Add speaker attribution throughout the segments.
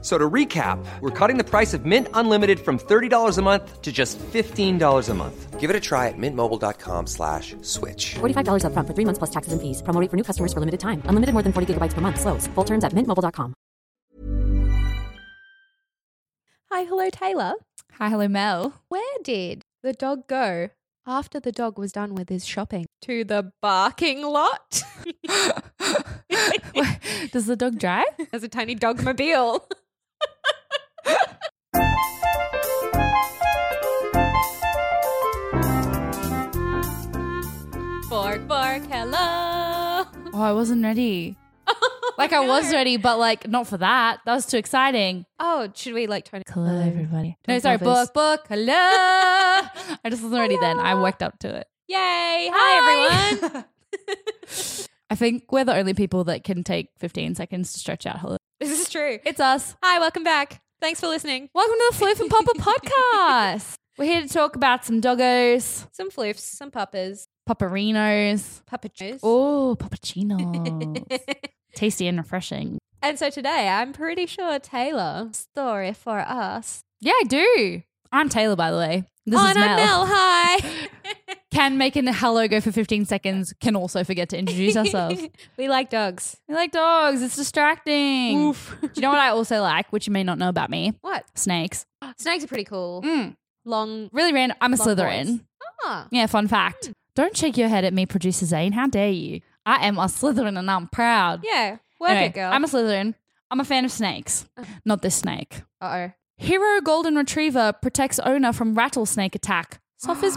Speaker 1: So to recap, we're cutting the price of Mint Unlimited from $30 a month to just $15 a month. Give it a try at mintmobile.com slash switch.
Speaker 2: $45 upfront for three months plus taxes and fees. Promo rate for new customers for limited time. Unlimited more than 40 gigabytes per month. Slows. Full terms at mintmobile.com.
Speaker 3: Hi, hello, Taylor.
Speaker 4: Hi, hello, Mel.
Speaker 3: Where did the dog go after the dog was done with his shopping? To the barking lot.
Speaker 4: Does the dog drive?
Speaker 3: There's a tiny dogmobile. Bork, bork, hello.
Speaker 4: Oh, I wasn't ready. Like I was ready, but like not for that. That was too exciting.
Speaker 3: Oh, should we like turn it?
Speaker 4: Hello, everybody. No,
Speaker 3: Dog
Speaker 4: sorry,
Speaker 3: lovers.
Speaker 4: book, book. Hello. I just wasn't ready then. I worked up to it.
Speaker 3: Yay. Hi, everyone.
Speaker 4: I think we're the only people that can take 15 seconds to stretch out. Hello.
Speaker 3: this is true.
Speaker 4: It's us.
Speaker 3: Hi, welcome back. Thanks for listening.
Speaker 4: Welcome to the Floof and Papa podcast. We're here to talk about some doggos,
Speaker 3: Some floofs, some puppers,
Speaker 4: paparinos.
Speaker 3: puppeteers.
Speaker 4: Oh, papacinos. Tasty and refreshing.
Speaker 3: And so today, I'm pretty sure Taylor story for us.
Speaker 4: Yeah, I do. I'm Taylor, by the way. This
Speaker 3: oh,
Speaker 4: is
Speaker 3: and I'm Mel. Hi.
Speaker 4: Can make an hello go for 15 seconds. Can also forget to introduce ourselves.
Speaker 3: we like dogs.
Speaker 4: we like dogs. It's distracting. Do you know what I also like, which you may not know about me?
Speaker 3: What?
Speaker 4: Snakes.
Speaker 3: Snakes are pretty cool.
Speaker 4: Mm.
Speaker 3: Long.
Speaker 4: Really random. I'm a
Speaker 3: Love
Speaker 4: Slytherin.
Speaker 3: boys. Ah.
Speaker 4: Yeah, fun fact. Don't shake your head at me, producer Zane. How dare you? I am a Slytherin and I'm proud.
Speaker 3: Yeah. Work
Speaker 4: Anyway,
Speaker 3: it, girl. Uh-huh.
Speaker 4: I'm a Slytherin. I'm a fan of snakes. Not this snake.
Speaker 3: Uh oh.
Speaker 4: Hero Golden Retriever protects owner from rattlesnake attack. Suffers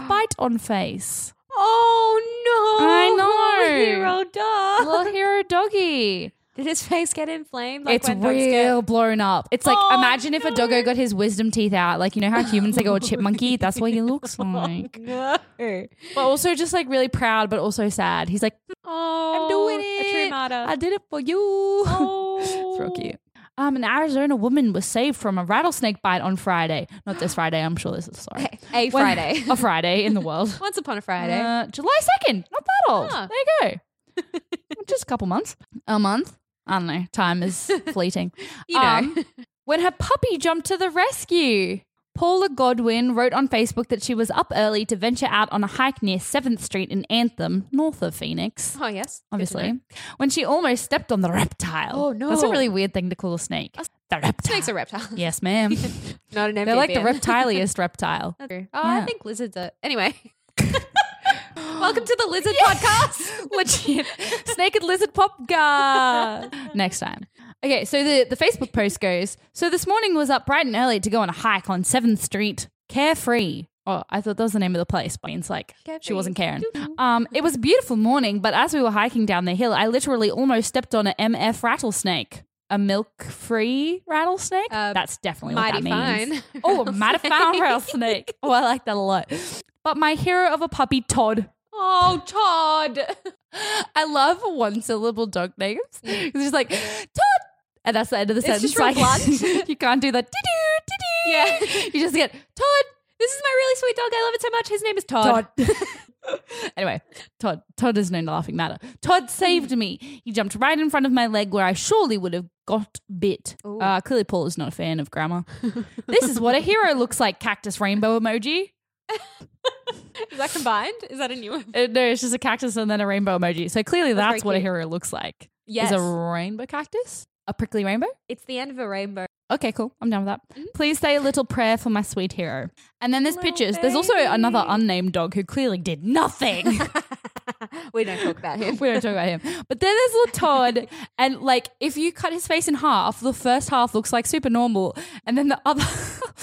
Speaker 4: bite on face.
Speaker 3: Oh no!
Speaker 4: I know.
Speaker 3: Hero dog.
Speaker 4: little hero doggy.
Speaker 3: Did his face get inflamed? Like
Speaker 4: it's
Speaker 3: when dogs get-
Speaker 4: real blown up. It's like
Speaker 3: Oh,
Speaker 4: imagine if a doggo got his wisdom teeth out. Like you know how humans they go a chipmunky. That's what he looks like.
Speaker 3: No.
Speaker 4: But also just like really proud, but also sad. He's like,
Speaker 3: Oh,
Speaker 4: I'm doing it.
Speaker 3: A true martyr.
Speaker 4: I did it for you.
Speaker 3: oh.
Speaker 4: It's real cute. Um, an Arizona woman was saved from a rattlesnake bite on Friday. Not this Friday. I'm sure this is sorry.
Speaker 3: A
Speaker 4: When-
Speaker 3: Friday.
Speaker 4: a Friday in the world.
Speaker 3: Oh, Once upon a Friday.
Speaker 4: Uh, July 2nd. Not that old.
Speaker 3: Ah.
Speaker 4: There you go. Just a couple months. A month. I don't know. Time is fleeting. Um,
Speaker 3: You know.
Speaker 4: when her puppy jumped to the rescue. Paula Godwin wrote on Facebook that she was up early to venture out on a hike near 7th Street in Anthem, north of Phoenix,
Speaker 3: oh yes. Good to know.
Speaker 4: obviously, when she almost stepped on the reptile.
Speaker 3: Oh,
Speaker 4: That's a
Speaker 3: no.
Speaker 4: really weird thing to call a snake. The reptile.
Speaker 3: Snakes are reptiles.
Speaker 4: Yes, ma'am.
Speaker 3: Not an amphibian.
Speaker 4: They're like the reptiliest reptile.
Speaker 3: That's true. Oh,
Speaker 4: Yeah.
Speaker 3: I think lizards are. Anyway. Welcome to the Lizard Podcast.
Speaker 4: Legit. Snake and lizard pop guy. Next time. Okay, so the, the Facebook post goes So this morning was up bright and early to go on a hike on 7th Street, carefree. Oh, I thought that was the name of the place, but it's like she
Speaker 3: Carefree.
Speaker 4: wasn't caring. Um, it was a beautiful morning, but as we were hiking down the hill, I literally almost stepped on an MF rattlesnake. A milk-free rattlesnake?
Speaker 3: Uh,
Speaker 4: That's definitely what
Speaker 3: Mighty
Speaker 4: that means.
Speaker 3: fine.
Speaker 4: Oh, mighty fine rattlesnake. Oh, I like that a lot. But my hero of a puppy, Todd,
Speaker 3: Oh, Todd.
Speaker 4: I love one syllable dog names.
Speaker 3: Mm.
Speaker 4: 'Cause It's just like Todd, and that's the end of the
Speaker 3: It's
Speaker 4: sentence.
Speaker 3: just real
Speaker 4: Like,
Speaker 3: blunt.
Speaker 4: you can't do that. Doo-doo, doo-doo.
Speaker 3: Yeah.
Speaker 4: you just get Todd,
Speaker 3: This is my really sweet dog. I love it so much. His name is Todd.
Speaker 4: Todd. anyway, Todd. Todd is known to laughing matter. Todd saved me. He jumped right in front of my leg where I surely would have got bit. Uh, clearly, Paul is not a fan of grammar. this is what a hero looks like. Cactus rainbow emoji.
Speaker 3: Is that combined? Is that a new one?
Speaker 4: Uh, no, it's just a cactus and then a rainbow emoji. So clearly,
Speaker 3: That's
Speaker 4: that's,
Speaker 3: very
Speaker 4: what a
Speaker 3: cute.
Speaker 4: hero looks like.
Speaker 3: Yes.
Speaker 4: Is a rainbow cactus a prickly rainbow?
Speaker 3: It's the end of a rainbow.
Speaker 4: Okay, cool. I'm down with that. Please say a little prayer for my sweet hero. And then there's
Speaker 3: Mm-hmm. Little
Speaker 4: pictures. There's also
Speaker 3: baby.
Speaker 4: another unnamed dog who clearly did nothing.
Speaker 3: we don't talk about him.
Speaker 4: we don't talk about him. But then there's little Todd, and like if you cut his face in half, the first half looks like super normal, and then the other,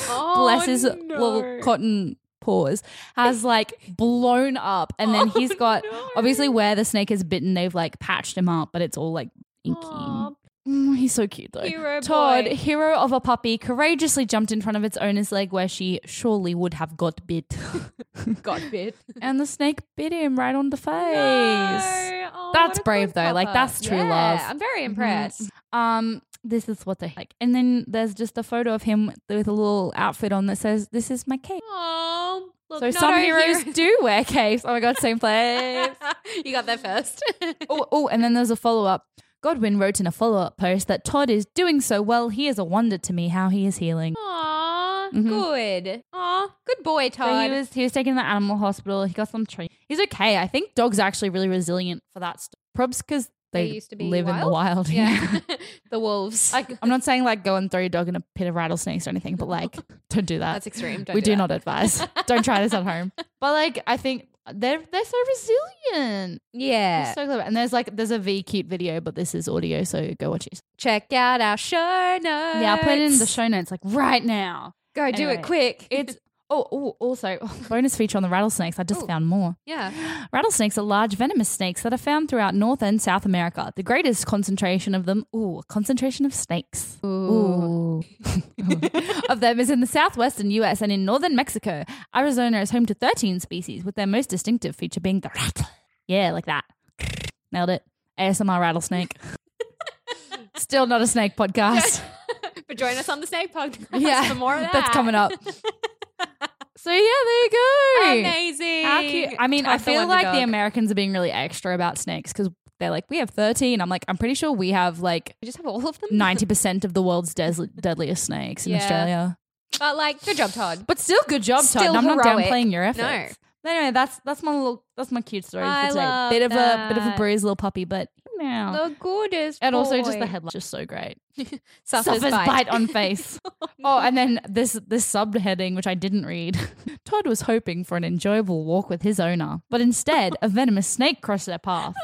Speaker 3: Oh,
Speaker 4: bless his
Speaker 3: no.
Speaker 4: little cotton paws, has like blown up, and then
Speaker 3: Oh,
Speaker 4: he's got obviously where the snake has bitten, they've like patched him up, but it's all like inky.
Speaker 3: Aw,
Speaker 4: Mm, he's so cute though.
Speaker 3: Hero
Speaker 4: Todd,
Speaker 3: boy.
Speaker 4: hero of a puppy, courageously jumped in front of its owner's leg where she surely would have got bit.
Speaker 3: God bit.
Speaker 4: and the snake bit him right on the face.
Speaker 3: No. Oh,
Speaker 4: That's
Speaker 3: what a
Speaker 4: brave,
Speaker 3: good
Speaker 4: though. Like,
Speaker 3: papa.
Speaker 4: that's true
Speaker 3: Yeah,
Speaker 4: love. Mm-hmm.
Speaker 3: I'm very impressed.
Speaker 4: Um, this is what they like. And then there's just a photo of him with a little outfit on that says, This is my cape.
Speaker 3: Oh, look,
Speaker 4: so
Speaker 3: not
Speaker 4: some
Speaker 3: our
Speaker 4: heroes
Speaker 3: hero.
Speaker 4: do wear capes. Oh my God, same place.
Speaker 3: you got there first.
Speaker 4: oh, oh, and then there's a follow up. Godwin wrote in a follow up post that Todd is doing so well. He is a wonder to me how he is healing.
Speaker 3: Aw,
Speaker 4: Mhm.
Speaker 3: good. Aw, good boy,
Speaker 4: So
Speaker 3: Todd.
Speaker 4: he was he was taken to the animal hospital. He got some treat. He's okay. I think dogs are actually really resilient for that stuff. Probs because they,
Speaker 3: They used to be
Speaker 4: live in the
Speaker 3: wild?
Speaker 4: wild.
Speaker 3: yeah, the wolves.
Speaker 4: like I'm not saying like go and throw your dog in a pit of rattlesnakes or anything, but like don't do that.
Speaker 3: That's extreme. Don't
Speaker 4: we do
Speaker 3: that.
Speaker 4: not advise. don't try this at home. But like I think they're they're so resilient. They're
Speaker 3: Yeah.
Speaker 4: so clever. And there's like there's a V cute video, but this is audio, so go watch it.
Speaker 3: Check out our show notes.
Speaker 4: Yeah, I'll put it in the show notes like right now.
Speaker 3: Go do
Speaker 4: Anyway,
Speaker 3: it quick.
Speaker 4: It's oh, oh also bonus feature on the rattlesnakes. I just
Speaker 3: Ooh.
Speaker 4: found more.
Speaker 3: yeah.
Speaker 4: Rattlesnakes are large venomous snakes that are found throughout North and South America. The greatest concentration of them, ooh, concentration of snakes. Ooh. of them is in the southwestern US and in northern Mexico. Arizona is home to 13 species, with their most distinctive feature being the rattle. Yeah, like that. Nailed it. ASMR rattlesnake. Still not a snake podcast.
Speaker 3: But join us on the Snake Podcast
Speaker 4: Yeah,
Speaker 3: for more of that.
Speaker 4: That's coming up. So, yeah, there you go.
Speaker 3: Amazing.
Speaker 4: How cute. I mean, I
Speaker 3: Todd the
Speaker 4: feel
Speaker 3: Wonder
Speaker 4: like the
Speaker 3: Dog.
Speaker 4: Americans are being really extra about snakes because they're like, we have 30. And I'm like, I'm pretty sure we have like
Speaker 3: We just have all of them.
Speaker 4: 90% of the world's des- deadliest snakes in
Speaker 3: Yeah.
Speaker 4: Australia.
Speaker 3: But like, good job, Todd.
Speaker 4: But still, good job, Todd.
Speaker 3: Still
Speaker 4: I'm not
Speaker 3: heroic.
Speaker 4: downplaying your
Speaker 3: No.
Speaker 4: efforts. No. Anyway, that's that's my little that's my cute story
Speaker 3: I
Speaker 4: for today.
Speaker 3: love
Speaker 4: bit of a bit of a
Speaker 3: that.
Speaker 4: bruised little puppy, but now
Speaker 3: The goodest.
Speaker 4: Uh-huh. and also just the
Speaker 3: boy.
Speaker 4: headline, just so great.
Speaker 3: Suffers,
Speaker 4: Suffers bite on face. Oh, and then this this subheading, which I didn't read. Todd was hoping for an enjoyable walk with his owner, but instead a venomous snake crossed their path.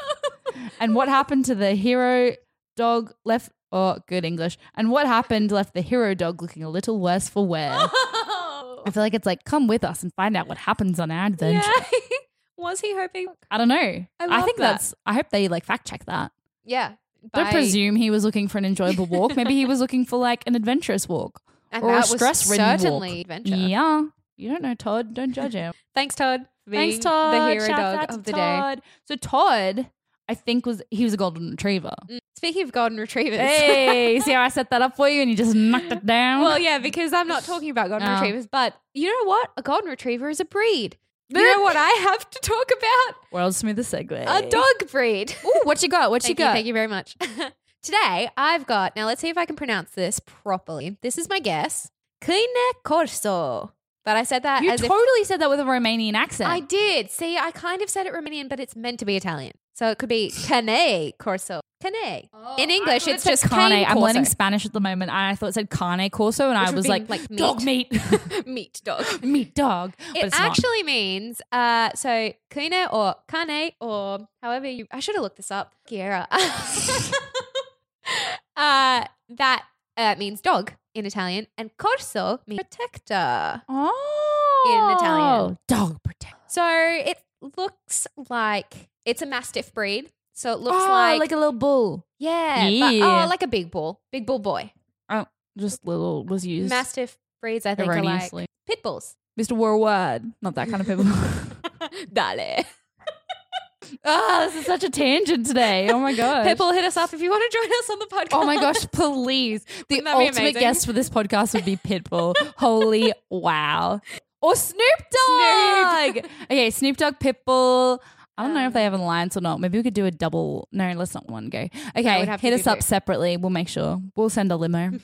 Speaker 4: and what happened to the hero dog left? Oh, good English. And what happened left the hero dog looking a little worse for wear. I feel like it's like come with us and find out what happens on our adventure.
Speaker 3: Yeah. Was he hoping?
Speaker 4: I don't know. I,
Speaker 3: love
Speaker 4: think
Speaker 3: that.
Speaker 4: that's. I hope they like fact check that.
Speaker 3: Yeah.
Speaker 4: Don't
Speaker 3: by-
Speaker 4: presume he was looking for an enjoyable walk. Maybe he was looking for like an adventurous walk
Speaker 3: and
Speaker 4: or a
Speaker 3: that was
Speaker 4: stress-ridden walk.
Speaker 3: certainly adventure.
Speaker 4: Yeah. You don't know Todd. Don't judge him.
Speaker 3: Thanks, Todd. for
Speaker 4: Thanks,
Speaker 3: being
Speaker 4: Todd.
Speaker 3: The hero
Speaker 4: Shouts out
Speaker 3: dog
Speaker 4: to
Speaker 3: of the day.
Speaker 4: Todd. So Todd, I think was he was a golden retriever.
Speaker 3: Speaking of golden retrievers.
Speaker 4: Hey, see how I set that up for you and you just knocked it down?
Speaker 3: Well, yeah, because I'm not talking about golden
Speaker 4: No.
Speaker 3: retrievers, but you know what? A golden retriever is a breed. You know what I have to talk about?
Speaker 4: World's smoothest segue.
Speaker 3: A dog breed.
Speaker 4: Ooh, what you got? What you
Speaker 3: Thank you,
Speaker 4: got?
Speaker 3: thank you very much. Today I've got now. Let's see if I can pronounce this properly. This is my guess. Kine corso. But I said that
Speaker 4: You
Speaker 3: as if
Speaker 4: totally said that with a Romanian accent.
Speaker 3: I did. See, I kind of said it Romanian, but it's meant to be Italian, so it could be cane corso. Cane.
Speaker 4: Oh,
Speaker 3: In English, it's just
Speaker 4: carne.
Speaker 3: cane.
Speaker 4: I'm learning
Speaker 3: corso.
Speaker 4: Spanish at the moment. and I thought it said carne corso, and
Speaker 3: Which
Speaker 4: I
Speaker 3: would
Speaker 4: was
Speaker 3: be
Speaker 4: like,
Speaker 3: like
Speaker 4: dog meat,
Speaker 3: meat dog.
Speaker 4: meat dog. But
Speaker 3: It
Speaker 4: it's not.
Speaker 3: actually means uh, so kine or kane or however you. I should have looked this up. Chiara. uh, that uh, means dog in Italian, and corso means protector.
Speaker 4: oh
Speaker 3: in Italian.
Speaker 4: dog protect.
Speaker 3: So it looks like it's a mastiff breed. So it looks
Speaker 4: oh,
Speaker 3: like,
Speaker 4: like a little bull.
Speaker 3: yeah, but-
Speaker 4: Yeah.
Speaker 3: oh, like a big bull, big bull boy.
Speaker 4: Just little was used
Speaker 3: Mastiff breeds, I think, are like
Speaker 4: erroneously.
Speaker 3: pit bulls.
Speaker 4: Mr. Worldwide, not that kind of people.
Speaker 3: Dale.
Speaker 4: Ah, this is such a tangent today. Oh my god.
Speaker 3: Pitbull, hit us up if you want to join us on the podcast.
Speaker 4: Oh my gosh, please. The
Speaker 3: Wouldn't that be
Speaker 4: ultimate
Speaker 3: amazing?
Speaker 4: guest for this podcast would be Pitbull. Holy wow. Or Snoop Dogg.
Speaker 3: Snoop.
Speaker 4: Okay, Snoop Dogg, Pitbull. I don't know if
Speaker 3: Um,
Speaker 4: they have an alliance or not. Maybe we could do a double. No, let's not one go. Okay,
Speaker 3: we'd have to
Speaker 4: hit
Speaker 3: do
Speaker 4: us up
Speaker 3: two.
Speaker 4: separately. We'll make sure. We'll send a limo.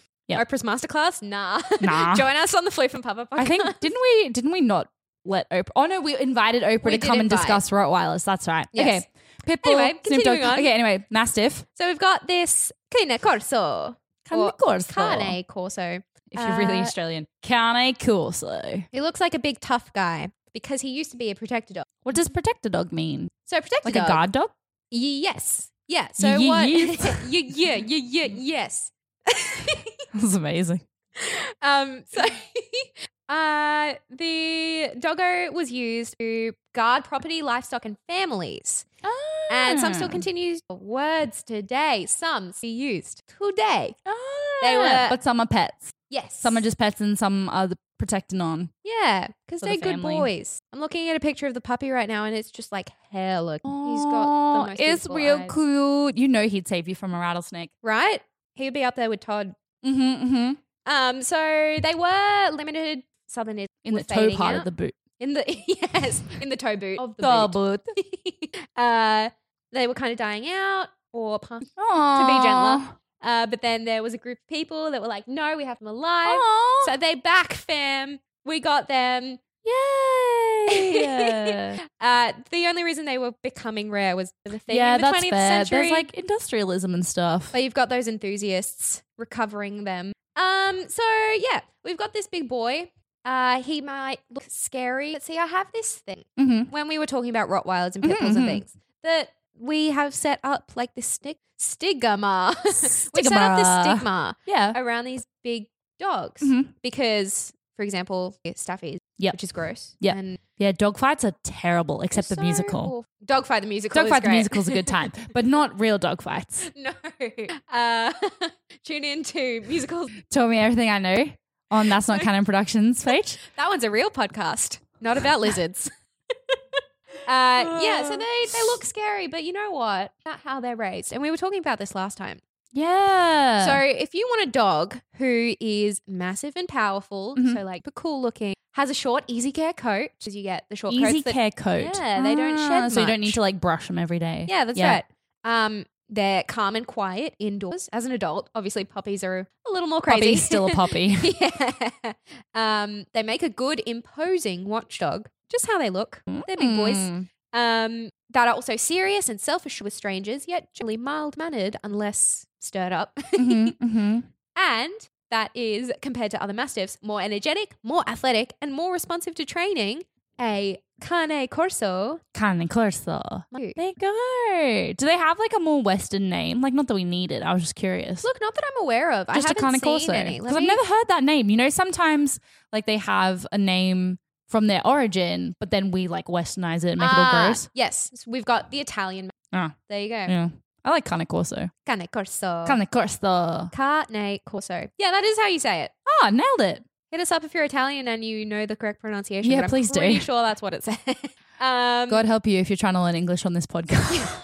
Speaker 4: Yep.
Speaker 3: Oprah's masterclass? Nah.
Speaker 4: Nah.
Speaker 3: Join us on the Flip and Papa podcast.
Speaker 4: I think didn't we didn't we not let Oprah? Oh no, we invited Oprah
Speaker 3: We
Speaker 4: to
Speaker 3: did
Speaker 4: come and
Speaker 3: invite.
Speaker 4: discuss Rottweilers. That's right.
Speaker 3: Yes.
Speaker 4: Okay, Pitbull.
Speaker 3: Anyway,
Speaker 4: Snoop Dogg.
Speaker 3: continuing on.
Speaker 4: Okay, anyway, Mastiff.
Speaker 3: so. We've got this Cane Corso.
Speaker 4: Cane
Speaker 3: Or
Speaker 4: Corso.
Speaker 3: Cane Corso.
Speaker 4: If you're really
Speaker 3: Uh,
Speaker 4: Australian, Carne Corso.
Speaker 3: He looks like a big tough guy because he used to be a protector dog.
Speaker 4: What does protect a dog mean?
Speaker 3: So a protector
Speaker 4: Like
Speaker 3: dog.
Speaker 4: a guard dog?
Speaker 3: Yes. Yeah. So
Speaker 4: Ye-
Speaker 3: what? yeah,
Speaker 4: yes.
Speaker 3: yeah, yeah, yeah, yes.
Speaker 4: That's amazing.
Speaker 3: Um, so uh, the doggo was used to guard property, livestock, and families.
Speaker 4: Ah.
Speaker 3: And some still continue words today. Some see used today. They were-
Speaker 4: Ah. but some are pets.
Speaker 3: Yes.
Speaker 4: Some are just pets, and some are the protecting on.
Speaker 3: Yeah, because
Speaker 4: Sort
Speaker 3: they're
Speaker 4: of
Speaker 3: good
Speaker 4: family.
Speaker 3: boys. I'm looking at a picture of the puppy right now, and it's just like hair. Look, he's
Speaker 4: Aw,
Speaker 3: got the most
Speaker 4: it's
Speaker 3: beautiful
Speaker 4: real
Speaker 3: eyes.
Speaker 4: cute. You know he'd save you from a rattlesnake.
Speaker 3: right? He would be up there with Todd.
Speaker 4: Mm-hmm, mm-hmm.
Speaker 3: Um, so they were limited. Southern is
Speaker 4: In
Speaker 3: were
Speaker 4: the toe
Speaker 3: fading
Speaker 4: part of
Speaker 3: out.
Speaker 4: the boot.
Speaker 3: in the yes in the toe boot of the boot.
Speaker 4: boot.
Speaker 3: uh, they were kind of dying out or punk.
Speaker 4: Aww.
Speaker 3: gentler.
Speaker 4: Mm-hmm.
Speaker 3: Uh, but then there was a group of people that were like, no, we have them alive.
Speaker 4: Aww.
Speaker 3: So they back, fam. We got them.
Speaker 4: Yay.
Speaker 3: Uh, the only reason they were becoming rare was the thing
Speaker 4: yeah,
Speaker 3: in the
Speaker 4: that's
Speaker 3: 20th
Speaker 4: fair.
Speaker 3: century.
Speaker 4: There's like industrialism and stuff.
Speaker 3: but you've got those enthusiasts recovering them. Um, so yeah, we've got this big boy. Uh, he might look scary. But see, I have this thing
Speaker 4: mm-hmm.
Speaker 3: when we were talking about Rottweilers and
Speaker 4: Mhm,
Speaker 3: pit bulls
Speaker 4: mhm.
Speaker 3: and things that we have set up like this stig- stigma. We've set up
Speaker 4: Stigma.
Speaker 3: this stigma
Speaker 4: Yeah.
Speaker 3: around these big dogs
Speaker 4: Mhm.
Speaker 3: because, for example, staffies,
Speaker 4: Yep.
Speaker 3: which is gross.
Speaker 4: Yep.
Speaker 3: and
Speaker 4: Yeah, dogfights are terrible, except the
Speaker 3: so
Speaker 4: musical.
Speaker 3: awful. Dogfight the musical. is
Speaker 4: Dogfight the
Speaker 3: great.
Speaker 4: musical's a good time, but not real dogfights.
Speaker 3: no. Uh, tune in to musicals.
Speaker 4: Tell me everything I know on That's Not Canon Productions page.
Speaker 3: That one's a real podcast, not about lizards. Uh, yeah, so they, they look scary, but you know what? Not how they're raised. And we were talking about this last time.
Speaker 4: Yeah.
Speaker 3: So if you want a dog who is massive and powerful,
Speaker 4: Mhm.
Speaker 3: so like but cool looking, has a short, easy care coat, because you get the short
Speaker 4: easy
Speaker 3: coats that-
Speaker 4: care coat.
Speaker 3: Yeah, they don't
Speaker 4: Ah,
Speaker 3: shed
Speaker 4: So you don't need
Speaker 3: much.
Speaker 4: to like brush them every day.
Speaker 3: Yeah, that's right. Um, they're calm and quiet indoors. As an adult, obviously puppies are a little more crazy.
Speaker 4: Puppy's still a puppy.
Speaker 3: yeah. Um, they make a good, imposing watchdog. Just how they look. They're big boys.
Speaker 4: Mm.
Speaker 3: Um, that are also serious and selfish with strangers, yet generally mild mannered unless stirred up.
Speaker 4: Mhm, mhm.
Speaker 3: And that is, compared to other mastiffs, more energetic, more athletic, and more responsive to training. A cane corso.
Speaker 4: Canon Corso. They go. Do they have like a more Western name? Like, not that we need it. I was just curious.
Speaker 3: Look, not that I'm aware of.
Speaker 4: just
Speaker 3: I
Speaker 4: a
Speaker 3: haven't
Speaker 4: Canon
Speaker 3: seen
Speaker 4: Corso.
Speaker 3: any. Let
Speaker 4: Because I've
Speaker 3: me-
Speaker 4: never heard that name. You know, sometimes like they have a name from their origin, but then we like Westernize it and make it all
Speaker 3: Ah,
Speaker 4: gross.
Speaker 3: Yes, So we've got the Italian.
Speaker 4: Ah.
Speaker 3: There you go.
Speaker 4: Yeah. I like Canon Corso.
Speaker 3: Carne corso.
Speaker 4: Canon Corso.
Speaker 3: Carne corso. Yeah, that is how you say it.
Speaker 4: Ah, nailed it.
Speaker 3: Hit us up if you're Italian and you know the correct pronunciation.
Speaker 4: Yeah,
Speaker 3: but
Speaker 4: please
Speaker 3: I'm
Speaker 4: do.
Speaker 3: pretty Sure, that's what it says. um,
Speaker 4: God help you if you're trying to learn English on this podcast.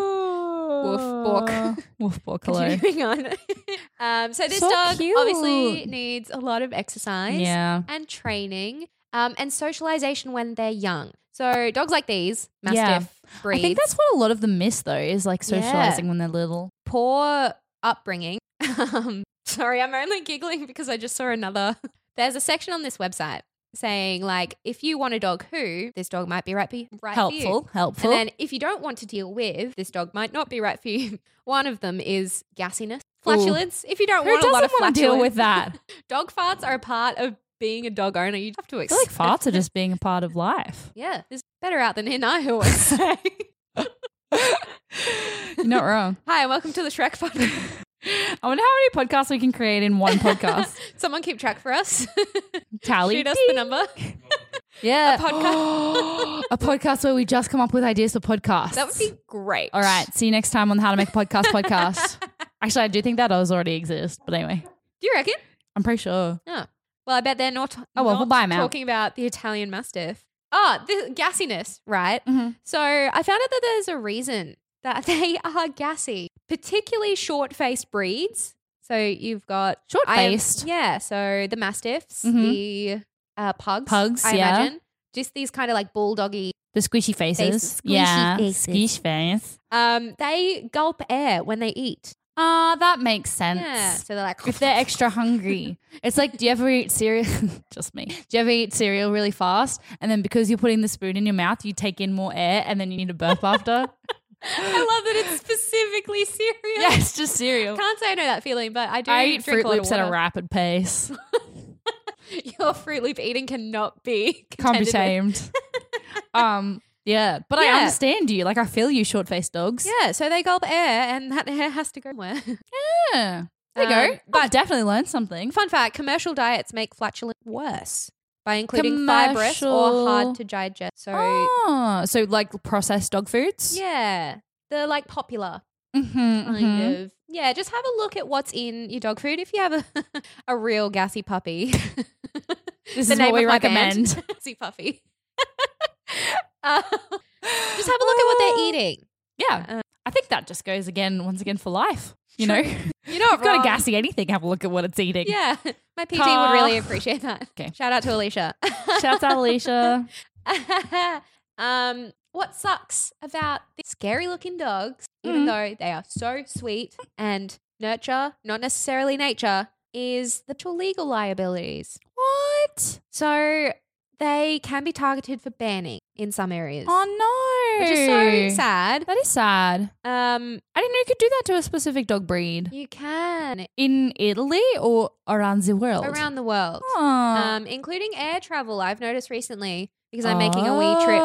Speaker 3: bork.
Speaker 4: Woof bork, hello.
Speaker 3: Continuing on. um, so this
Speaker 4: So
Speaker 3: dog obviously
Speaker 4: cute.
Speaker 3: needs a lot of exercise
Speaker 4: Yeah.
Speaker 3: and training um, and socialization when they're young. So dogs like these, mastiff
Speaker 4: Yeah.
Speaker 3: breeds,
Speaker 4: I think that's what a lot of them miss though, is like
Speaker 3: Yeah.
Speaker 4: socializing when they're little.
Speaker 3: poor upbringing. um, sorry, I'm only giggling because I just saw another. There's a section on this website saying like, if you want a dog, who this dog might be right, be right for you.
Speaker 4: helpful, helpful.
Speaker 3: And then if you don't want to deal with this dog might not be right for you. One of them is gassiness, flatulence. If you don't
Speaker 4: Who
Speaker 3: want a
Speaker 4: doesn't
Speaker 3: lot of flatulence,
Speaker 4: want to deal with that?
Speaker 3: dog farts are a part of being a dog owner. You have to
Speaker 4: I feel like
Speaker 3: accept.
Speaker 4: farts are just being a part of life.
Speaker 3: yeah, it's better out than in. I always say.
Speaker 4: You're not wrong.
Speaker 3: Hi, and welcome to the Shrek podcast.
Speaker 4: I wonder how many podcasts we can create in one podcast.
Speaker 3: Someone keep track for us.
Speaker 4: Tally.
Speaker 3: Shoot us the
Speaker 4: Ding.
Speaker 3: number.
Speaker 4: Yeah.
Speaker 3: A podcast.
Speaker 4: a podcast where we just come up with ideas for podcasts.
Speaker 3: That would be great.
Speaker 4: All right. See you next time on the How to Make a Podcast podcast. Actually, I do think that does already exist, but anyway,
Speaker 3: Do you reckon?
Speaker 4: I'm pretty sure.
Speaker 3: Oh. Well, I bet they're not,
Speaker 4: Oh, well,
Speaker 3: not
Speaker 4: we'll buy 'em out.
Speaker 3: talking about the Italian Mastiff. Oh, the gassiness, right?
Speaker 4: Mm.
Speaker 3: So I found out that there's a reason that they are gassy, particularly short faced breeds. So you've got I-
Speaker 4: Short-faced?
Speaker 3: yeah. So the Mastiffs,
Speaker 4: Mhm.
Speaker 3: the uh, pugs.
Speaker 4: Pugs,
Speaker 3: I
Speaker 4: yeah.
Speaker 3: imagine. Just these kind of like bulldoggy.
Speaker 4: The squishy faces.
Speaker 3: Faces. Squishy
Speaker 4: yeah.
Speaker 3: faces.
Speaker 4: Squish face.
Speaker 3: Um, they gulp air when they eat.
Speaker 4: Ah, that makes sense.
Speaker 3: Yeah. So they're like,
Speaker 4: If they're extra hungry, it's like, do you ever eat cereal? Just me. Do you ever eat cereal really fast? And then because you're putting the spoon in your mouth, you take in more air and then you need a burp after?
Speaker 3: I love that it's specifically cereal.
Speaker 4: yeah, it's just cereal.
Speaker 3: Can't say I know that feeling, but I do.
Speaker 4: I eat
Speaker 3: drink
Speaker 4: Fruit
Speaker 3: a lot of
Speaker 4: Loops at a
Speaker 3: water.
Speaker 4: rapid pace.
Speaker 3: Your Fruit Loop eating cannot be
Speaker 4: Can't be
Speaker 3: contended with.
Speaker 4: tamed. um, yeah, but
Speaker 3: Yeah.
Speaker 4: I understand you. Like I feel you, short faced dogs.
Speaker 3: Yeah, so they gulp air, and that air has to go somewhere.
Speaker 4: Yeah. There you
Speaker 3: Um,
Speaker 4: go. But definitely learned something.
Speaker 3: Fun fact: commercial diets make flatulence worse by including fibrous or
Speaker 4: Commercial.
Speaker 3: hard to digest. So
Speaker 4: Oh, so like processed dog foods.
Speaker 3: yeah, they're like popular
Speaker 4: Mm-hmm,
Speaker 3: kind of. Yeah, just have a look at what's in your dog food if you have a a real gassy puppy.
Speaker 4: This is what we
Speaker 3: my band,
Speaker 4: recommend.
Speaker 3: gassy
Speaker 4: Oh.
Speaker 3: puppy. Uh, just have a look at what they're eating.
Speaker 4: mm-hmm. Yeah. I think that just goes again, once again, for life. You know, you've
Speaker 3: You're not
Speaker 4: got
Speaker 3: wrong.
Speaker 4: a gassy anything. Have a look at what it's eating.
Speaker 3: Yeah, my PG
Speaker 4: Car.
Speaker 3: would really appreciate that.
Speaker 4: Okay.
Speaker 3: Shout out to Alicia.
Speaker 4: Shouts out, Alicia.
Speaker 3: um, what sucks about the scary looking dogs,
Speaker 4: Mm-hmm.
Speaker 3: even though they are so sweet and nurture, not necessarily nature, is the actual legal liabilities.
Speaker 4: What?
Speaker 3: So they can be targeted for banning in some areas,
Speaker 4: Oh no!
Speaker 3: which is so sad.
Speaker 4: That is sad.
Speaker 3: Um,
Speaker 4: I didn't know you could do that to a specific dog breed
Speaker 3: you can
Speaker 4: in Italy or around the world.
Speaker 3: around the world,
Speaker 4: Aw.
Speaker 3: um, including air travel. I've noticed recently because I'm making a wee trip.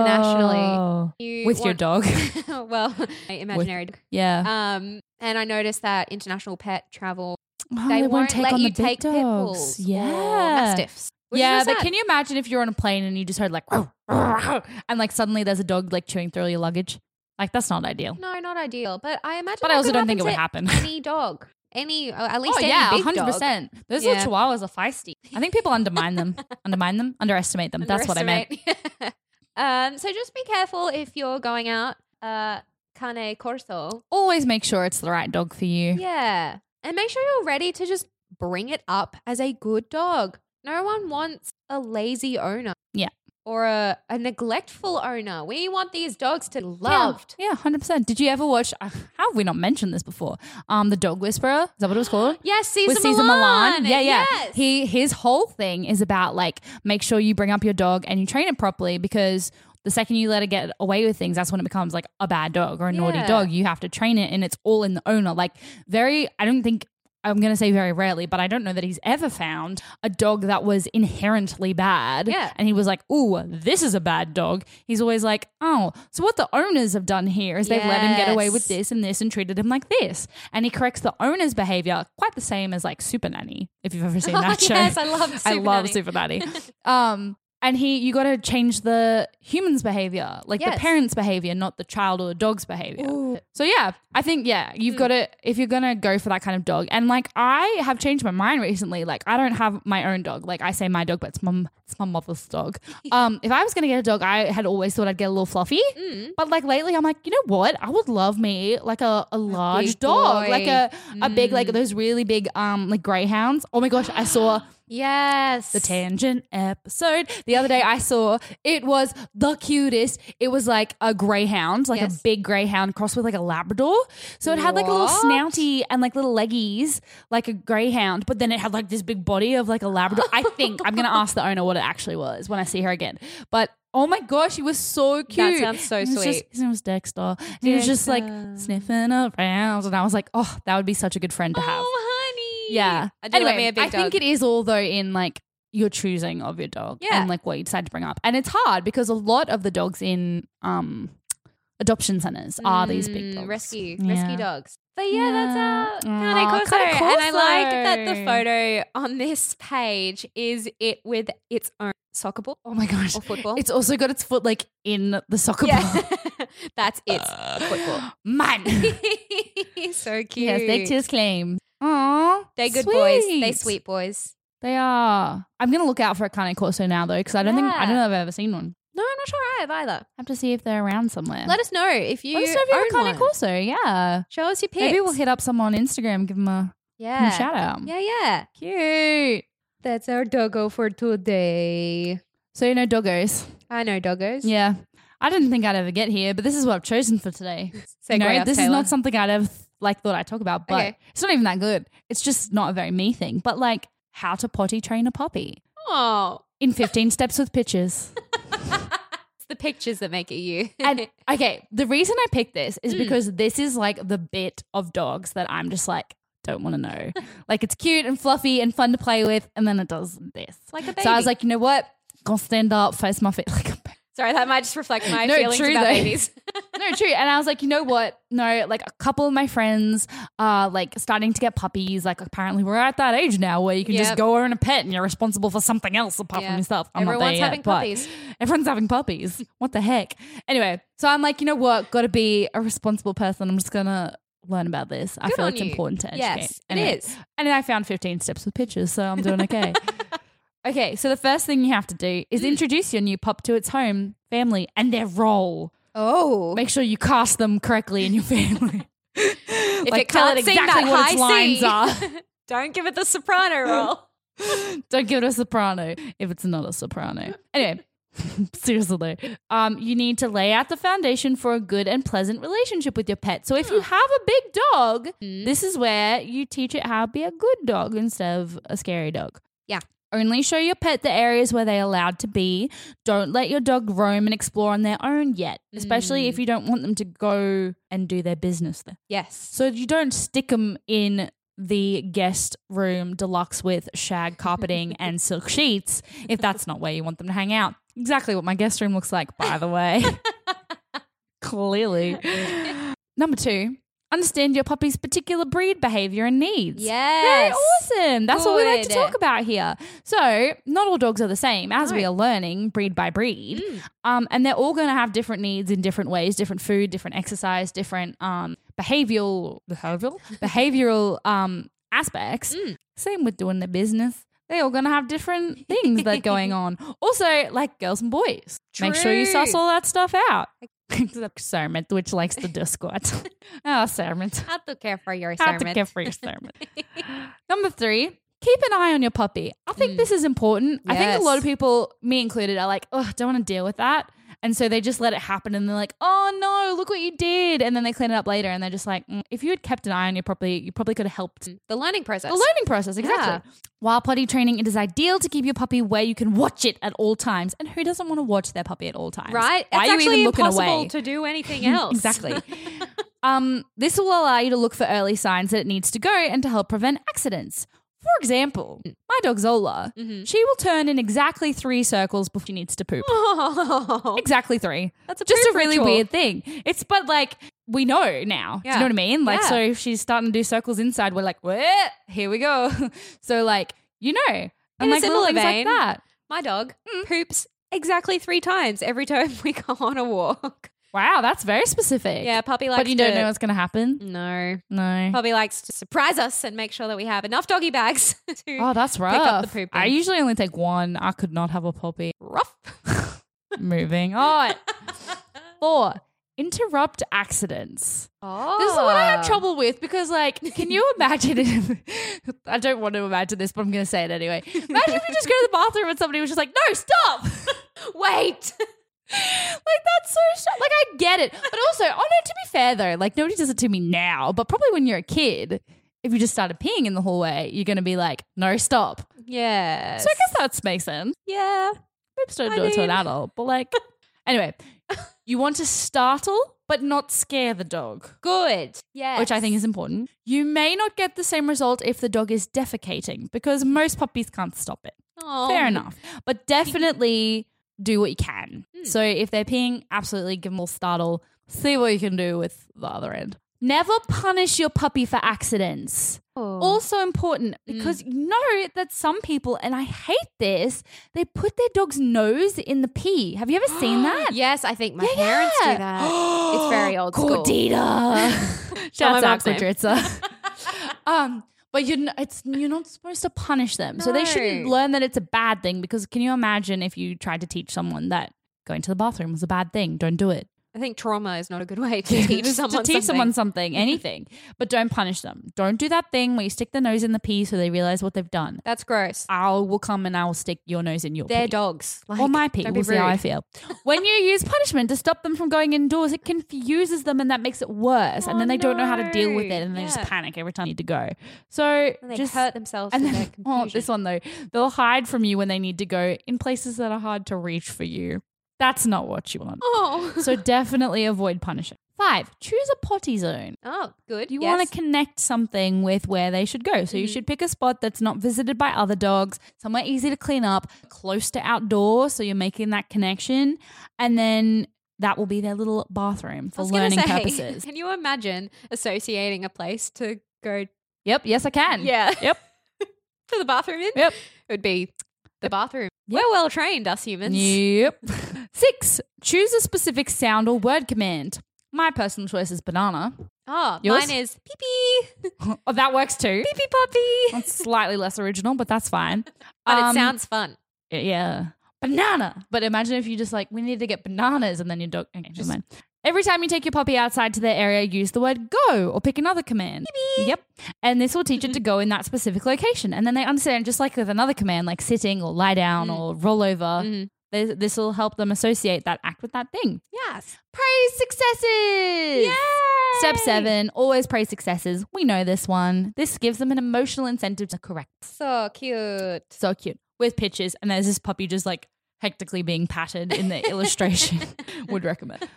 Speaker 3: internationally.
Speaker 4: Oh.
Speaker 3: You
Speaker 4: with your
Speaker 3: want-
Speaker 4: dog.
Speaker 3: well, my imaginary. dog.
Speaker 4: yeah.
Speaker 3: Um, and I noticed that international pet travel
Speaker 4: Oh,
Speaker 3: they,
Speaker 4: won't
Speaker 3: won't
Speaker 4: take
Speaker 3: let
Speaker 4: on
Speaker 3: you
Speaker 4: the big
Speaker 3: take pit
Speaker 4: dogs.
Speaker 3: bulls,
Speaker 4: Yeah.
Speaker 3: or mastiffs. which is
Speaker 4: yeah,
Speaker 3: so
Speaker 4: but
Speaker 3: sad.
Speaker 4: can you imagine if you're on a plane and you just heard like, and like suddenly there's a dog like chewing through your luggage? Like that's not ideal.
Speaker 3: No, not ideal. But I imagine.
Speaker 4: But
Speaker 3: that
Speaker 4: I also
Speaker 3: could
Speaker 4: don't think it would
Speaker 3: to
Speaker 4: happen. Oh,
Speaker 3: Any dog, any uh, at least any big dog.
Speaker 4: percent. Those
Speaker 3: Yeah.
Speaker 4: little chihuahuas are feisty. I think people undermine them, undermine them, underestimate them. That's what I meant.
Speaker 3: Underestimate. um, so just be careful if you're going out. Uh, cane corso.
Speaker 4: Always make sure it's the right dog for you.
Speaker 3: Yeah, and make sure you're ready to just bring it up as a good dog. No one wants a lazy owner.
Speaker 4: Yeah.
Speaker 3: Or a, a neglectful owner. We want these dogs to be loved.
Speaker 4: Yeah, hundred percent. Did you ever watch? uh, How have we not mentioned this before? Um, the Dog Whisperer. Is that what it was called?
Speaker 3: Yes, Caesar,
Speaker 4: with Caesar Milan. Yeah, yeah.
Speaker 3: Yes.
Speaker 4: He his whole thing is about like make sure you bring up your dog and you train it properly because the second you let it get away with things, that's when it becomes like a bad dog or a naughty
Speaker 3: Yeah.
Speaker 4: dog. You have to train it, and it's all in the owner. Like very, I don't think. I'm going to say very rarely, but I don't know that he's ever found a dog that was inherently bad.
Speaker 3: Yeah.
Speaker 4: And he was like, ooh, this is a bad dog. He's always like, oh, so what the owners have done here is they've let him get away with
Speaker 3: Yes.
Speaker 4: this this and this and treated him like this. And he corrects the owner's behavior quite the same as like Super Nanny, if you've ever seen
Speaker 3: Oh,
Speaker 4: that show.
Speaker 3: yes, I loved
Speaker 4: I
Speaker 3: Super
Speaker 4: love
Speaker 3: Nanny.
Speaker 4: Super Nanny. um, and he, you got to change the human's behavior, like
Speaker 3: Yes.
Speaker 4: the parent's behavior, not the child or the dog's behavior. So yeah, I think yeah, you've
Speaker 3: Hmm.
Speaker 4: got to if you're gonna go for that kind of dog. And like I have changed my mind recently. Like I don't have my own dog. Like I say my dog, but it's my it's my mother's dog. um, if I was gonna get a dog, I had always thought I'd get a little fluffy.
Speaker 3: Hmm.
Speaker 4: But like lately, I'm like, you know what? I would love me like a, a large
Speaker 3: big
Speaker 4: dog,
Speaker 3: boy. Hmm.
Speaker 4: like a a big like those really big um like greyhounds. Oh my gosh, I saw.
Speaker 3: Yes.
Speaker 4: The tangent episode. The other day I saw it was the cutest. It was like a greyhound, like
Speaker 3: Yes.
Speaker 4: a big greyhound crossed with like a Labrador. So it had like a little
Speaker 3: What?
Speaker 4: snouty and like little leggies, like a greyhound, but then it had like this big body of like a Labrador. I think I'm gonna ask the owner what it actually was when I see her again. But oh my gosh, he was so cute.
Speaker 3: sounds so
Speaker 4: And it was just-
Speaker 3: sweet.
Speaker 4: his name was Dexter. And he was just like
Speaker 3: Dexter.
Speaker 4: sniffing around. And I was like, oh, that would be such a good friend to have.
Speaker 3: Oh, honey.
Speaker 4: Yeah.
Speaker 3: I do love me a big
Speaker 4: I think
Speaker 3: dog.
Speaker 4: it is all though in like your choosing of your dog
Speaker 3: Yeah.
Speaker 4: and like what you decide to bring up. And it's hard because a lot of the dogs in um adoption centers are these big
Speaker 3: Mm,
Speaker 4: dogs.
Speaker 3: Rescue.
Speaker 4: Yeah.
Speaker 3: Rescue dogs. But yeah, that's uh,
Speaker 4: Yeah.
Speaker 3: Cane
Speaker 4: Aw,
Speaker 3: Corso.
Speaker 4: Cane
Speaker 3: And I like that the
Speaker 4: Corso.
Speaker 3: photo on this page is it with its own soccer ball
Speaker 4: Oh my gosh.
Speaker 3: or football.
Speaker 4: It's also got its foot like in the soccer ball.
Speaker 3: yeah. that's its football.
Speaker 4: Man.
Speaker 3: so cute.
Speaker 4: yes, they just claim. Aww.
Speaker 3: They're good boys. They sweet boys.
Speaker 4: They are. I'm gonna look out for a cane corso now though, because I don't think I don't
Speaker 3: Yeah.
Speaker 4: know if I've ever seen one.
Speaker 3: No, I'm not sure I have either.
Speaker 4: I have to see if they're around somewhere.
Speaker 3: Let us know if you,
Speaker 4: Let us know if you have a
Speaker 3: own
Speaker 4: cane
Speaker 3: one.
Speaker 4: corso. Yeah.
Speaker 3: Show us your pics.
Speaker 4: Maybe we'll hit up someone on Instagram, give them a, give 'em
Speaker 3: yeah.
Speaker 4: a shout out.
Speaker 3: Yeah, yeah.
Speaker 4: Cute.
Speaker 3: That's our doggo for today.
Speaker 4: So you know doggos.
Speaker 3: I know doggos.
Speaker 4: Yeah. I didn't think I'd ever get here, but this is what I've chosen for today.
Speaker 3: Segue
Speaker 4: You know,
Speaker 3: us,
Speaker 4: this is
Speaker 3: Taylor.
Speaker 4: not something I'd ever like thought I'd talk about, but
Speaker 3: Okay.
Speaker 4: it's not even that good. It's just not a very me thing. But like how to potty train a puppy
Speaker 3: Oh,
Speaker 4: in 15 steps with pictures.
Speaker 3: it's the pictures that make it you.
Speaker 4: And okay, the reason I picked this
Speaker 3: Mm.
Speaker 4: is because this is like the bit of dogs that I'm just like don't want to know. like it's cute and fluffy and fun to play with, and then it does this.
Speaker 3: like a
Speaker 4: So I was
Speaker 3: baby.
Speaker 4: like, you know what? Gonna stand up, face my face like a baby.
Speaker 3: Sorry, that might just reflect my
Speaker 4: No,
Speaker 3: feelings
Speaker 4: true
Speaker 3: about
Speaker 4: though.
Speaker 3: babies.
Speaker 4: no, true. And I was like, you know what? No, like a couple of my friends are like starting to get puppies. Like apparently we're at that age now where you can just
Speaker 3: Yep.
Speaker 4: go own a pet and you're responsible for something else apart
Speaker 3: Yeah.
Speaker 4: from yourself. I'm not there
Speaker 3: Everyone's
Speaker 4: yet,
Speaker 3: having
Speaker 4: but
Speaker 3: puppies.
Speaker 4: Everyone's having puppies. What the heck? Anyway, so I'm like, you know what? Got to be a responsible person. I'm just gonna learn about this. I
Speaker 3: Good
Speaker 4: feel
Speaker 3: on
Speaker 4: it's
Speaker 3: you.
Speaker 4: important to educate.
Speaker 3: Yes, it
Speaker 4: Anyway,
Speaker 3: is.
Speaker 4: And then I found 15 steps with pictures, so I'm doing okay.
Speaker 3: Mm.
Speaker 4: okay, so the first thing you have to do is introduce your new pup to its home, family, and their role.
Speaker 3: Oh.
Speaker 4: Make sure you cast them correctly in your family.
Speaker 3: if
Speaker 4: like,
Speaker 3: it
Speaker 4: tell
Speaker 3: can't
Speaker 4: it
Speaker 3: sing
Speaker 4: exactly
Speaker 3: that
Speaker 4: what
Speaker 3: high
Speaker 4: its lines
Speaker 3: C,
Speaker 4: are.
Speaker 3: don't give it the soprano roll.
Speaker 4: Don't give it a soprano if it's not a soprano. Anyway, seriously though, um, you need to lay out the foundation for a good and pleasant relationship with your pet. So if you have a big dog, this is where you teach it how to be a good dog instead of a scary dog.
Speaker 3: Yeah.
Speaker 4: Only show your pet the areas where they're allowed to be. Don't let your dog roam and explore on their own yet, especially if you don't want them to go and do their business there.
Speaker 3: Yes.
Speaker 4: So you don't stick them in the guest room deluxe with shag carpeting and silk sheets if that's not where you want them to hang out. Exactly what my guest room looks like, by the way. Clearly. Number two, understand your puppy's particular breed behavior and needs. Very
Speaker 3: Yes.
Speaker 4: awesome. That's what we like to
Speaker 3: Good.
Speaker 4: talk about here. So, not all dogs are the same, as we
Speaker 3: No.
Speaker 4: are learning breed by breed.
Speaker 3: Mm.
Speaker 4: Um, and they're all going to have different needs in different ways different food, different exercise, different um, behavioral, behavioral, behavioral um, aspects.
Speaker 3: Mm.
Speaker 4: Same with doing their business. They're all going to have different things that are going on. Also, like girls and boys. Make sure you suss
Speaker 3: True.
Speaker 4: all that stuff out. Except Sarmant, which likes to do squats. oh, Sarmant.
Speaker 3: How to care for your
Speaker 4: How to
Speaker 3: sermon.
Speaker 4: care for your sermon. Number three, keep an eye on your puppy. I think this is important. I think a lot of
Speaker 3: Mm. Yes.
Speaker 4: people, me included, are like, oh, don't want to deal with that. And so they just let it happen and they're like, oh no, look what you did. And then they clean it up later and they're just like, "Mm, if you had kept an eye on your puppy, you probably could have helped
Speaker 3: the learning process.
Speaker 4: the learning process, exactly. While potty training, it is ideal to keep your puppy where you can watch it at all times. And who doesn't want to watch their puppy at all times?
Speaker 3: right?
Speaker 4: Why
Speaker 3: it's
Speaker 4: are you
Speaker 3: actually
Speaker 4: even looking
Speaker 3: impossible
Speaker 4: away?
Speaker 3: to do anything else.
Speaker 4: Mm, Exactly. um, this will allow you to look for early signs that it needs to go and to help prevent accidents. For example,
Speaker 3: Mm.
Speaker 4: my dog Zola,
Speaker 3: Mm-hmm.
Speaker 4: she will turn in exactly three circles before she needs to poop.
Speaker 3: Oh.
Speaker 4: Exactly three.
Speaker 3: That's a
Speaker 4: just
Speaker 3: poop
Speaker 4: a really
Speaker 3: ritual.
Speaker 4: weird thing. It's but like we know now. Do you
Speaker 3: Yeah.
Speaker 4: know what I mean? Like
Speaker 3: Yeah.
Speaker 4: so, if she's starting to do circles inside, we're like, what? Here we go. so like you know, and
Speaker 3: a
Speaker 4: like
Speaker 3: similar
Speaker 4: little things like
Speaker 3: vein,
Speaker 4: that.
Speaker 3: My dog poops exactly three times every time we go on a walk.
Speaker 4: Wow, that's very specific.
Speaker 3: Yeah, Mm. puppy likes
Speaker 4: but you don't
Speaker 3: to-
Speaker 4: know what's going to happen.
Speaker 3: No.
Speaker 4: No.
Speaker 3: Puppy likes to surprise us and make sure that we have enough doggy bags to
Speaker 4: Oh, that's rough.
Speaker 3: up the pooping.
Speaker 4: I usually only take one. I could not have a puppy.
Speaker 3: rough.
Speaker 4: Moving on. Four, interrupt accidents.
Speaker 3: Oh.
Speaker 4: This is what I have trouble with because, like, can you imagine if I don't want to imagine this, but I'm going to say it anyway. Imagine if you just go to the bathroom and somebody was just like, no, stop.
Speaker 3: Wait.
Speaker 4: like, that's so, sh- like, I get it. But also, oh no, to be fair though, like, nobody does it to me now, but probably when you're a kid, if you just started peeing in the hallway, you're going to be like, no, stop.
Speaker 3: Ah. Yes.
Speaker 4: So I guess that makes sense.
Speaker 3: yeah.
Speaker 4: Perhaps don't
Speaker 3: I
Speaker 4: do it to an
Speaker 3: mean-
Speaker 4: adult, but like, anyway, you want to startle but not scare the dog,
Speaker 3: Good. Yeah.
Speaker 4: which I think is important. You may not get the same result if the dog is defecating because most puppies can't stop it. Fair enough. Um, Hmm. But definitely do what you can. So if they're peeing, absolutely give them a startle. See what you can do with the other end. Never punish your puppy for accidents also important because you know that some people, and I hate this, they put their dog's nose in the pee. Have you ever seen that?
Speaker 3: Yes, I think my
Speaker 4: Yeah,
Speaker 3: parents
Speaker 4: yeah.
Speaker 3: do that. it's very old school.
Speaker 4: Gordita.
Speaker 3: Not
Speaker 4: Shout
Speaker 3: my
Speaker 4: out
Speaker 3: mom's name.
Speaker 4: Gordita. um, but you're not, it's you're not supposed to punish them, so they shouldn't
Speaker 3: No.
Speaker 4: learn that it's a bad thing. Because can you imagine if you tried to teach someone that going to the bathroom was a bad thing? Don't do it.
Speaker 3: I think trauma is not a good way to teach someone
Speaker 4: to
Speaker 3: something.
Speaker 4: teach someone something, anything, but don't punish them. Don't do that thing where you stick their nose in the pee so they realize what they've done.
Speaker 3: That's gross.
Speaker 4: I will come and I will stick your nose in your
Speaker 3: They're
Speaker 4: pee.
Speaker 3: dogs. Like,
Speaker 4: or my pee.
Speaker 3: don't
Speaker 4: We'll
Speaker 3: be
Speaker 4: see how I
Speaker 3: rude.
Speaker 4: feel. When you use punishment to stop them from going indoors, it confuses them and that makes it worse. and
Speaker 3: Oh,
Speaker 4: then they don't know how to deal with it
Speaker 3: no.
Speaker 4: and they just
Speaker 3: Yeah.
Speaker 4: panic every time they need to go. So
Speaker 3: And they
Speaker 4: just
Speaker 3: hurt themselves.
Speaker 4: And
Speaker 3: with
Speaker 4: then,
Speaker 3: their
Speaker 4: oh,
Speaker 3: confusion.
Speaker 4: this one though, they'll hide from you when they need to go in places that are hard to reach for you. That's not what you want.
Speaker 3: Oh.
Speaker 4: So definitely avoid punishment. Five, choose a potty zone.
Speaker 3: Oh, good.
Speaker 4: You
Speaker 3: yes. Mm-hmm.
Speaker 4: want to connect something with where they should go. So you should pick a spot that's not visited by other dogs, somewhere easy to clean up, close to outdoor. So you're making that connection. And then that will be their little bathroom
Speaker 3: I
Speaker 4: for
Speaker 3: was gonna
Speaker 4: learning
Speaker 3: say,
Speaker 4: purposes.
Speaker 3: Can you imagine associating a place to go
Speaker 4: Yep. Yes, I can.
Speaker 3: Yeah.
Speaker 4: Yep.
Speaker 3: to the bathroom in?
Speaker 4: Yep.
Speaker 3: It would be the bathroom. We're well trained, us humans.
Speaker 4: Yep. Six, choose a specific sound or word command. My personal choice is banana.
Speaker 3: Oh,
Speaker 4: Yours?
Speaker 3: mine is pee pee,
Speaker 4: Oh, that works too.
Speaker 3: pee pee puppy.
Speaker 4: That's slightly less original, but that's fine.
Speaker 3: But
Speaker 4: Um,
Speaker 3: it sounds fun.
Speaker 4: Yeah. Banana. But imagine if you just like, we need to get bananas and then your dog. Okay, never mind. Every time you take your puppy outside to their area, use the word go or pick another command. Yep. And this will teach it to go in that specific location. And then they understand, just like with another command, like sitting or lie down or roll over, this will help them associate that act with that thing.
Speaker 3: Yes.
Speaker 4: Praise successes! Step seven, always praise successes. We know this one. This gives them an emotional incentive to correct.
Speaker 3: So cute.
Speaker 4: So cute. With pictures, and there's this puppy just like hectically being patted in the illustration. Would recommend.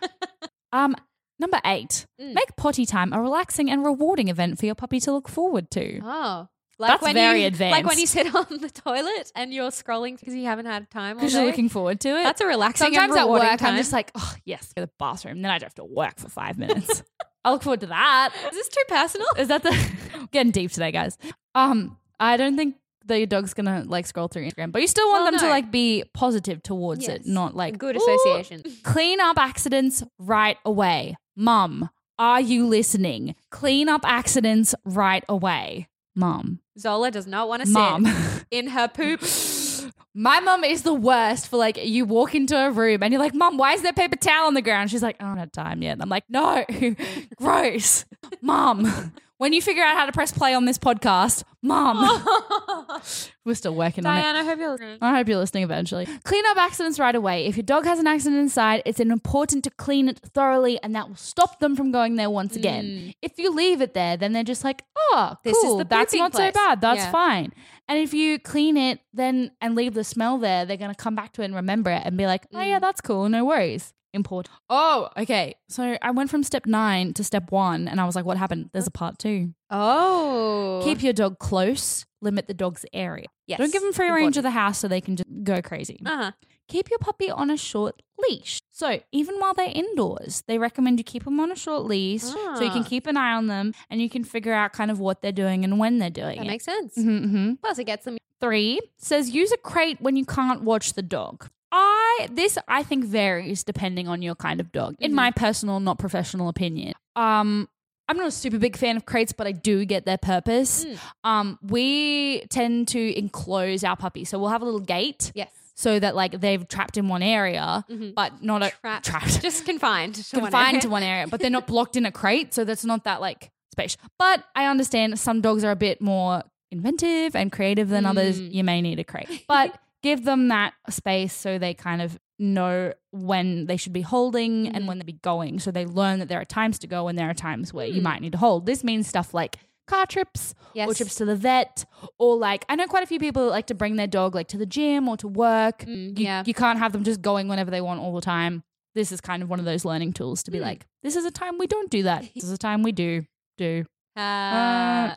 Speaker 4: Um, number eight,
Speaker 3: Mm.
Speaker 4: make potty time a relaxing and rewarding event for your puppy to look forward to.
Speaker 3: Oh. Like
Speaker 4: That's very
Speaker 3: you, Like when you
Speaker 4: advanced.
Speaker 3: sit on the toilet and you're scrolling because you haven't had time. all
Speaker 4: Because you're
Speaker 3: day.
Speaker 4: looking forward to it.
Speaker 3: That's a relaxing. and
Speaker 4: Sometimes at
Speaker 3: rewarding
Speaker 4: work,
Speaker 3: time.
Speaker 4: I'm just like, oh yes, go to the bathroom. Then I don't have to work for five minutes. I look forward to that.
Speaker 3: is this too personal?
Speaker 4: Is that the getting deep today, guys? Um, I don't think that your dog's gonna like scroll through Instagram, but you still want
Speaker 3: Well,
Speaker 4: them to
Speaker 3: no.
Speaker 4: like be positive towards
Speaker 3: Yes.
Speaker 4: it, not like
Speaker 3: Good
Speaker 4: "Ooh,
Speaker 3: association.
Speaker 4: Clean up accidents right away, mum. Are you listening? Clean up accidents right away, mum.
Speaker 3: Zola does not want to
Speaker 4: Mum.
Speaker 3: sit in her poop.
Speaker 4: My mum is the worst for like you walk into a room and you're like, Mum, why is there paper towel on the ground? She's like, I don't have time yet. And I'm like, No, gross. Mum, when you figure out how to press play on this podcast, Mum, we're still working on it.
Speaker 3: Diana, I hope you're.
Speaker 4: I hope you're listening eventually. Clean up accidents right away. If your dog has an accident inside, it's important to clean it thoroughly and that will stop them from going there once again. If you leave it there, then they're just like, oh,
Speaker 3: This is
Speaker 4: cool.
Speaker 3: the
Speaker 4: That's
Speaker 3: pooping
Speaker 4: not
Speaker 3: place."
Speaker 4: so bad. That's
Speaker 3: Yeah.
Speaker 4: fine. And if you clean it then and leave the smell there, they're going to come back to it and remember it and be like, oh, yeah, that's cool. No worries. Important. Oh, okay. So I went from step nine to step one and I was like, what happened? There's a part two.
Speaker 3: Oh,
Speaker 4: Keep your dog close, limit the dog's area.
Speaker 3: Yes.
Speaker 4: Don't give them free range of the house so they can just go crazy.
Speaker 3: Uh huh.
Speaker 4: Keep your puppy on a short leash. So, even while they're indoors, they recommend you keep them on a short leash so you can
Speaker 3: Ah.
Speaker 4: keep an eye on them and you can figure out kind of what they're doing and when they're doing
Speaker 3: That
Speaker 4: it.
Speaker 3: makes sense.
Speaker 4: Mhm, mhm.
Speaker 3: Plus, it gets them.
Speaker 4: Three says use a crate when you can't watch the dog. I this I think varies depending on your kind of dog. In my personal, not professional opinion, um, I'm not a super big fan of crates, but I do get their purpose. Um, we tend to enclose our puppy, so we'll have a little gate
Speaker 3: Yes.
Speaker 4: so that like they're trapped in one area, but not a,
Speaker 3: Trapped.
Speaker 4: trapped,
Speaker 3: Just confined. to one
Speaker 4: confined
Speaker 3: area. Uh,
Speaker 4: to one area, but they're not blocked in a crate, so that's not that like space. But I understand some dogs are a bit more inventive and creative than others.
Speaker 3: Mm.
Speaker 4: You may need a crate, but give them that space so they kind of know when they should be holding and
Speaker 3: Mm.
Speaker 4: when they be going, so they learn that there are times to go and there are times where you might need to hold. This means stuff like car trips or
Speaker 3: Hmm. Yes.
Speaker 4: trips to the vet or like I know quite a few people that like to bring their dog like to the gym or to work. you,
Speaker 3: Mm, yeah.
Speaker 4: you can't have them just going whenever they want all the time. This is kind of one of those learning tools to
Speaker 3: Mm.
Speaker 4: be like, this is a time we don't do that. This is a time we do do.
Speaker 3: Uh,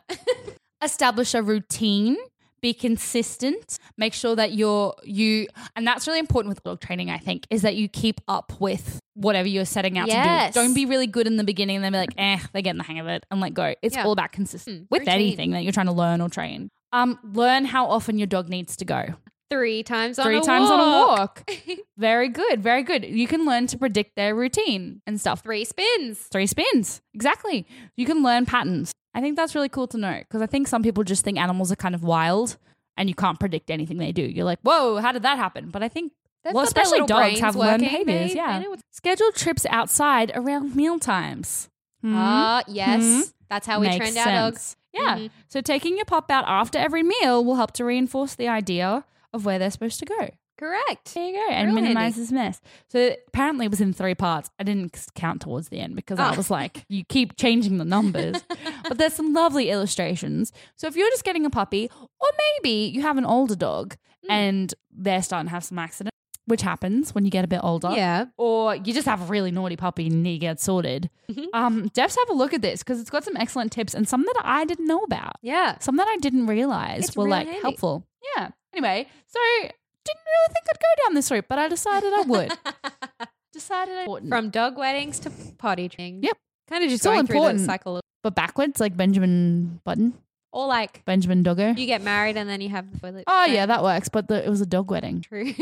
Speaker 4: Establish a routine. Be consistent. Make sure that you're you, and that's really important with dog training. I think is that you keep up with whatever you're setting out
Speaker 3: Yes.
Speaker 4: to do. Don't be really good in the beginning and then be like, eh, they're getting the hang of it, and let go. It's
Speaker 3: Yeah.
Speaker 4: all about consistent
Speaker 3: Mm,
Speaker 4: with
Speaker 3: routine.
Speaker 4: anything that you're trying to learn or train. Um, learn how often your dog needs to go
Speaker 3: three times on
Speaker 4: three
Speaker 3: a
Speaker 4: times
Speaker 3: walk.
Speaker 4: on a walk. very good, very good. You can learn to predict their routine and stuff.
Speaker 3: Three spins.
Speaker 4: Three spins, exactly. You can learn patterns. I think that's really cool to know because I think some people just think animals are kind of wild and you can't predict anything they do. You're like, whoa, how did that happen? But I think.
Speaker 3: They've
Speaker 4: well,
Speaker 3: got their
Speaker 4: especially
Speaker 3: little
Speaker 4: dogs
Speaker 3: brains
Speaker 4: have learned
Speaker 3: working.
Speaker 4: behaviors.
Speaker 3: They-
Speaker 4: yeah,
Speaker 3: they know what's-
Speaker 4: schedule trips outside around meal times.
Speaker 3: Ah, yes.
Speaker 4: Mhm.
Speaker 3: That's how we
Speaker 4: Mm-hmm. Makes
Speaker 3: trained our
Speaker 4: sense.
Speaker 3: dogs. Mm-hmm.
Speaker 4: Yeah. So taking your pop out after every meal will help to reinforce the idea of where they're supposed to go.
Speaker 3: Correct.
Speaker 4: There you go, and
Speaker 3: Real
Speaker 4: minimize this mess. So apparently, it was in three parts. I didn't c- count towards the end because I was like, you keep changing the numbers. but there's some lovely illustrations. So if you're just getting a puppy, or maybe you have an older dog and they're starting to have some accidents, which happens when you get a bit older
Speaker 3: Yeah.
Speaker 4: or you just have a really naughty puppy and need to get sorted. Um, Devs have a look at this because it's got some excellent tips and some that I didn't know about.
Speaker 3: Yeah.
Speaker 4: Some that I didn't realize
Speaker 3: It's
Speaker 4: were
Speaker 3: really
Speaker 4: like
Speaker 3: handy.
Speaker 4: helpful. Yeah. Anyway, so didn't really think I'd go down this route, but I decided I would. decided I would.
Speaker 3: From dog weddings to potty training.
Speaker 4: Yep.
Speaker 3: Kind of just
Speaker 4: all
Speaker 3: going through
Speaker 4: important.
Speaker 3: the cycle. Of,
Speaker 4: but backwards, like Benjamin Button,
Speaker 3: or like
Speaker 4: Benjamin Doggo.
Speaker 3: you get married and then you have the toilet.
Speaker 4: oh yeah, that works. But the, it was a dog wedding.
Speaker 3: True.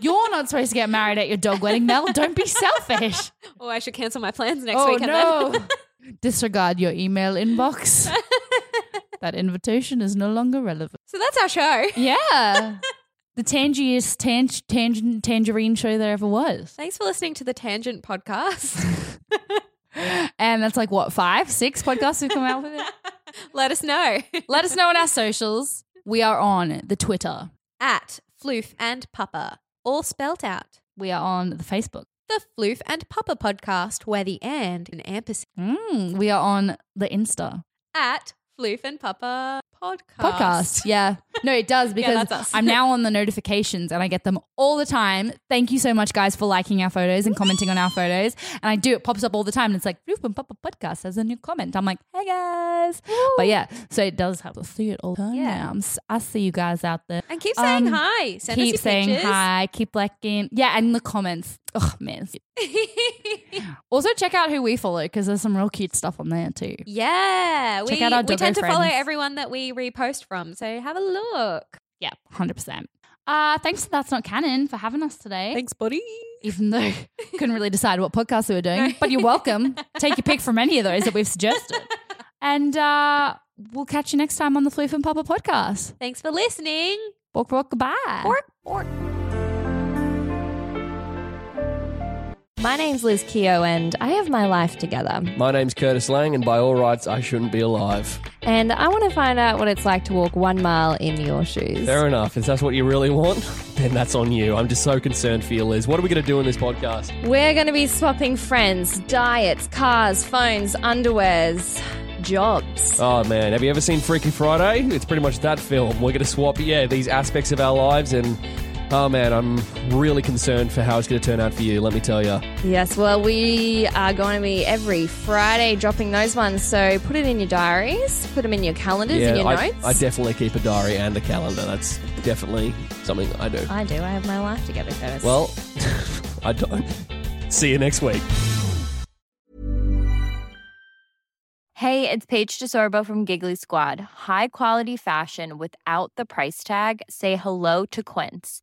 Speaker 4: You're not supposed to get married at your dog wedding, Mel. Don't be selfish.
Speaker 3: oh, I should cancel my plans next
Speaker 4: oh
Speaker 3: week. and
Speaker 4: no!
Speaker 3: Then
Speaker 4: Disregard your email inbox. that invitation is no longer relevant.
Speaker 3: so that's our show.
Speaker 4: Yeah. the tangiest tang- tang- tangerine show there ever was.
Speaker 3: Thanks for listening to the Tangent Podcast.
Speaker 4: And that's like what five, six podcasts we've come out with. It.
Speaker 3: Let us know
Speaker 4: Let us know on our socials. We are on the Twitter.
Speaker 3: at Floof and Papa, all spelt out.
Speaker 4: We are on the Facebook.
Speaker 3: The Floof and Papa podcast, where the and and ampersand
Speaker 4: Mm, we are on the Insta
Speaker 3: at Floof and Papa podcast.
Speaker 4: podcast. Yeah, no, it does because
Speaker 3: that's us.
Speaker 4: I'm now on the notifications and I get them all the time. Thank you so much, guys, for liking our photos and commenting on our photos. And I do it pops up all the time, and it's like Roof and Papa Podcast has a new comment. I'm like, hey guys, but yeah, so it does help. I see it all the time.
Speaker 3: Yeah.
Speaker 4: Yeah, I see you guys out there.
Speaker 3: And keep saying
Speaker 4: Um,
Speaker 3: hi. Send us
Speaker 4: keep
Speaker 3: your
Speaker 4: saying
Speaker 3: pictures.
Speaker 4: hi. Keep liking. Yeah, and the comments. Oh man. Also, check out who we follow because there's some real cute stuff on there too.
Speaker 3: yeah.
Speaker 4: Check
Speaker 3: we,
Speaker 4: out our
Speaker 3: we tend to
Speaker 4: doggo
Speaker 3: follow
Speaker 4: friends.
Speaker 3: everyone that we repost from. So have a look.
Speaker 4: Yeah, hundred percent. Uh, thanks to That's Not Canon for having us today.
Speaker 3: buddy.
Speaker 4: Even though couldn't really decide what podcast we were doing, but you're welcome. Take your pick from any of those that we've suggested. And uh, we'll catch you next time on the Floof and Papa podcast.
Speaker 3: Thanks for listening.
Speaker 4: Bork, bork, goodbye.
Speaker 5: My name's Liz Keogh, and I have my life together.
Speaker 6: My name's Curtis Lang, and by all rights, I shouldn't be alive.
Speaker 5: And I want to find out what it's like to walk one mile in your shoes.
Speaker 6: Fair enough. If that's what you really want, then that's on you. I'm just so concerned for you, Liz. What are we going to do in this podcast?
Speaker 5: We're going to be swapping friends, diets, cars, phones, underwears, jobs.
Speaker 6: Oh, man. Have you ever seen Freaky Friday? It's pretty much that film. We're going to swap, yeah, these aspects of our lives, and oh, man, I'm really concerned for how it's going to turn out for you, let me tell you.
Speaker 5: Yes, well, we are going to be every Friday dropping those ones. So put it in your diaries, put them in your calendars, in
Speaker 6: yeah,
Speaker 5: your
Speaker 6: I,
Speaker 5: notes.
Speaker 6: I definitely keep a diary and a calendar. That's definitely something I do.
Speaker 5: I do. I have my life together, Curtis.
Speaker 6: Well, I don't. See you next week.
Speaker 7: Hey, it's Paige DeSorbo from Giggly Squad. High quality fashion without the price tag. Say hello to Quince.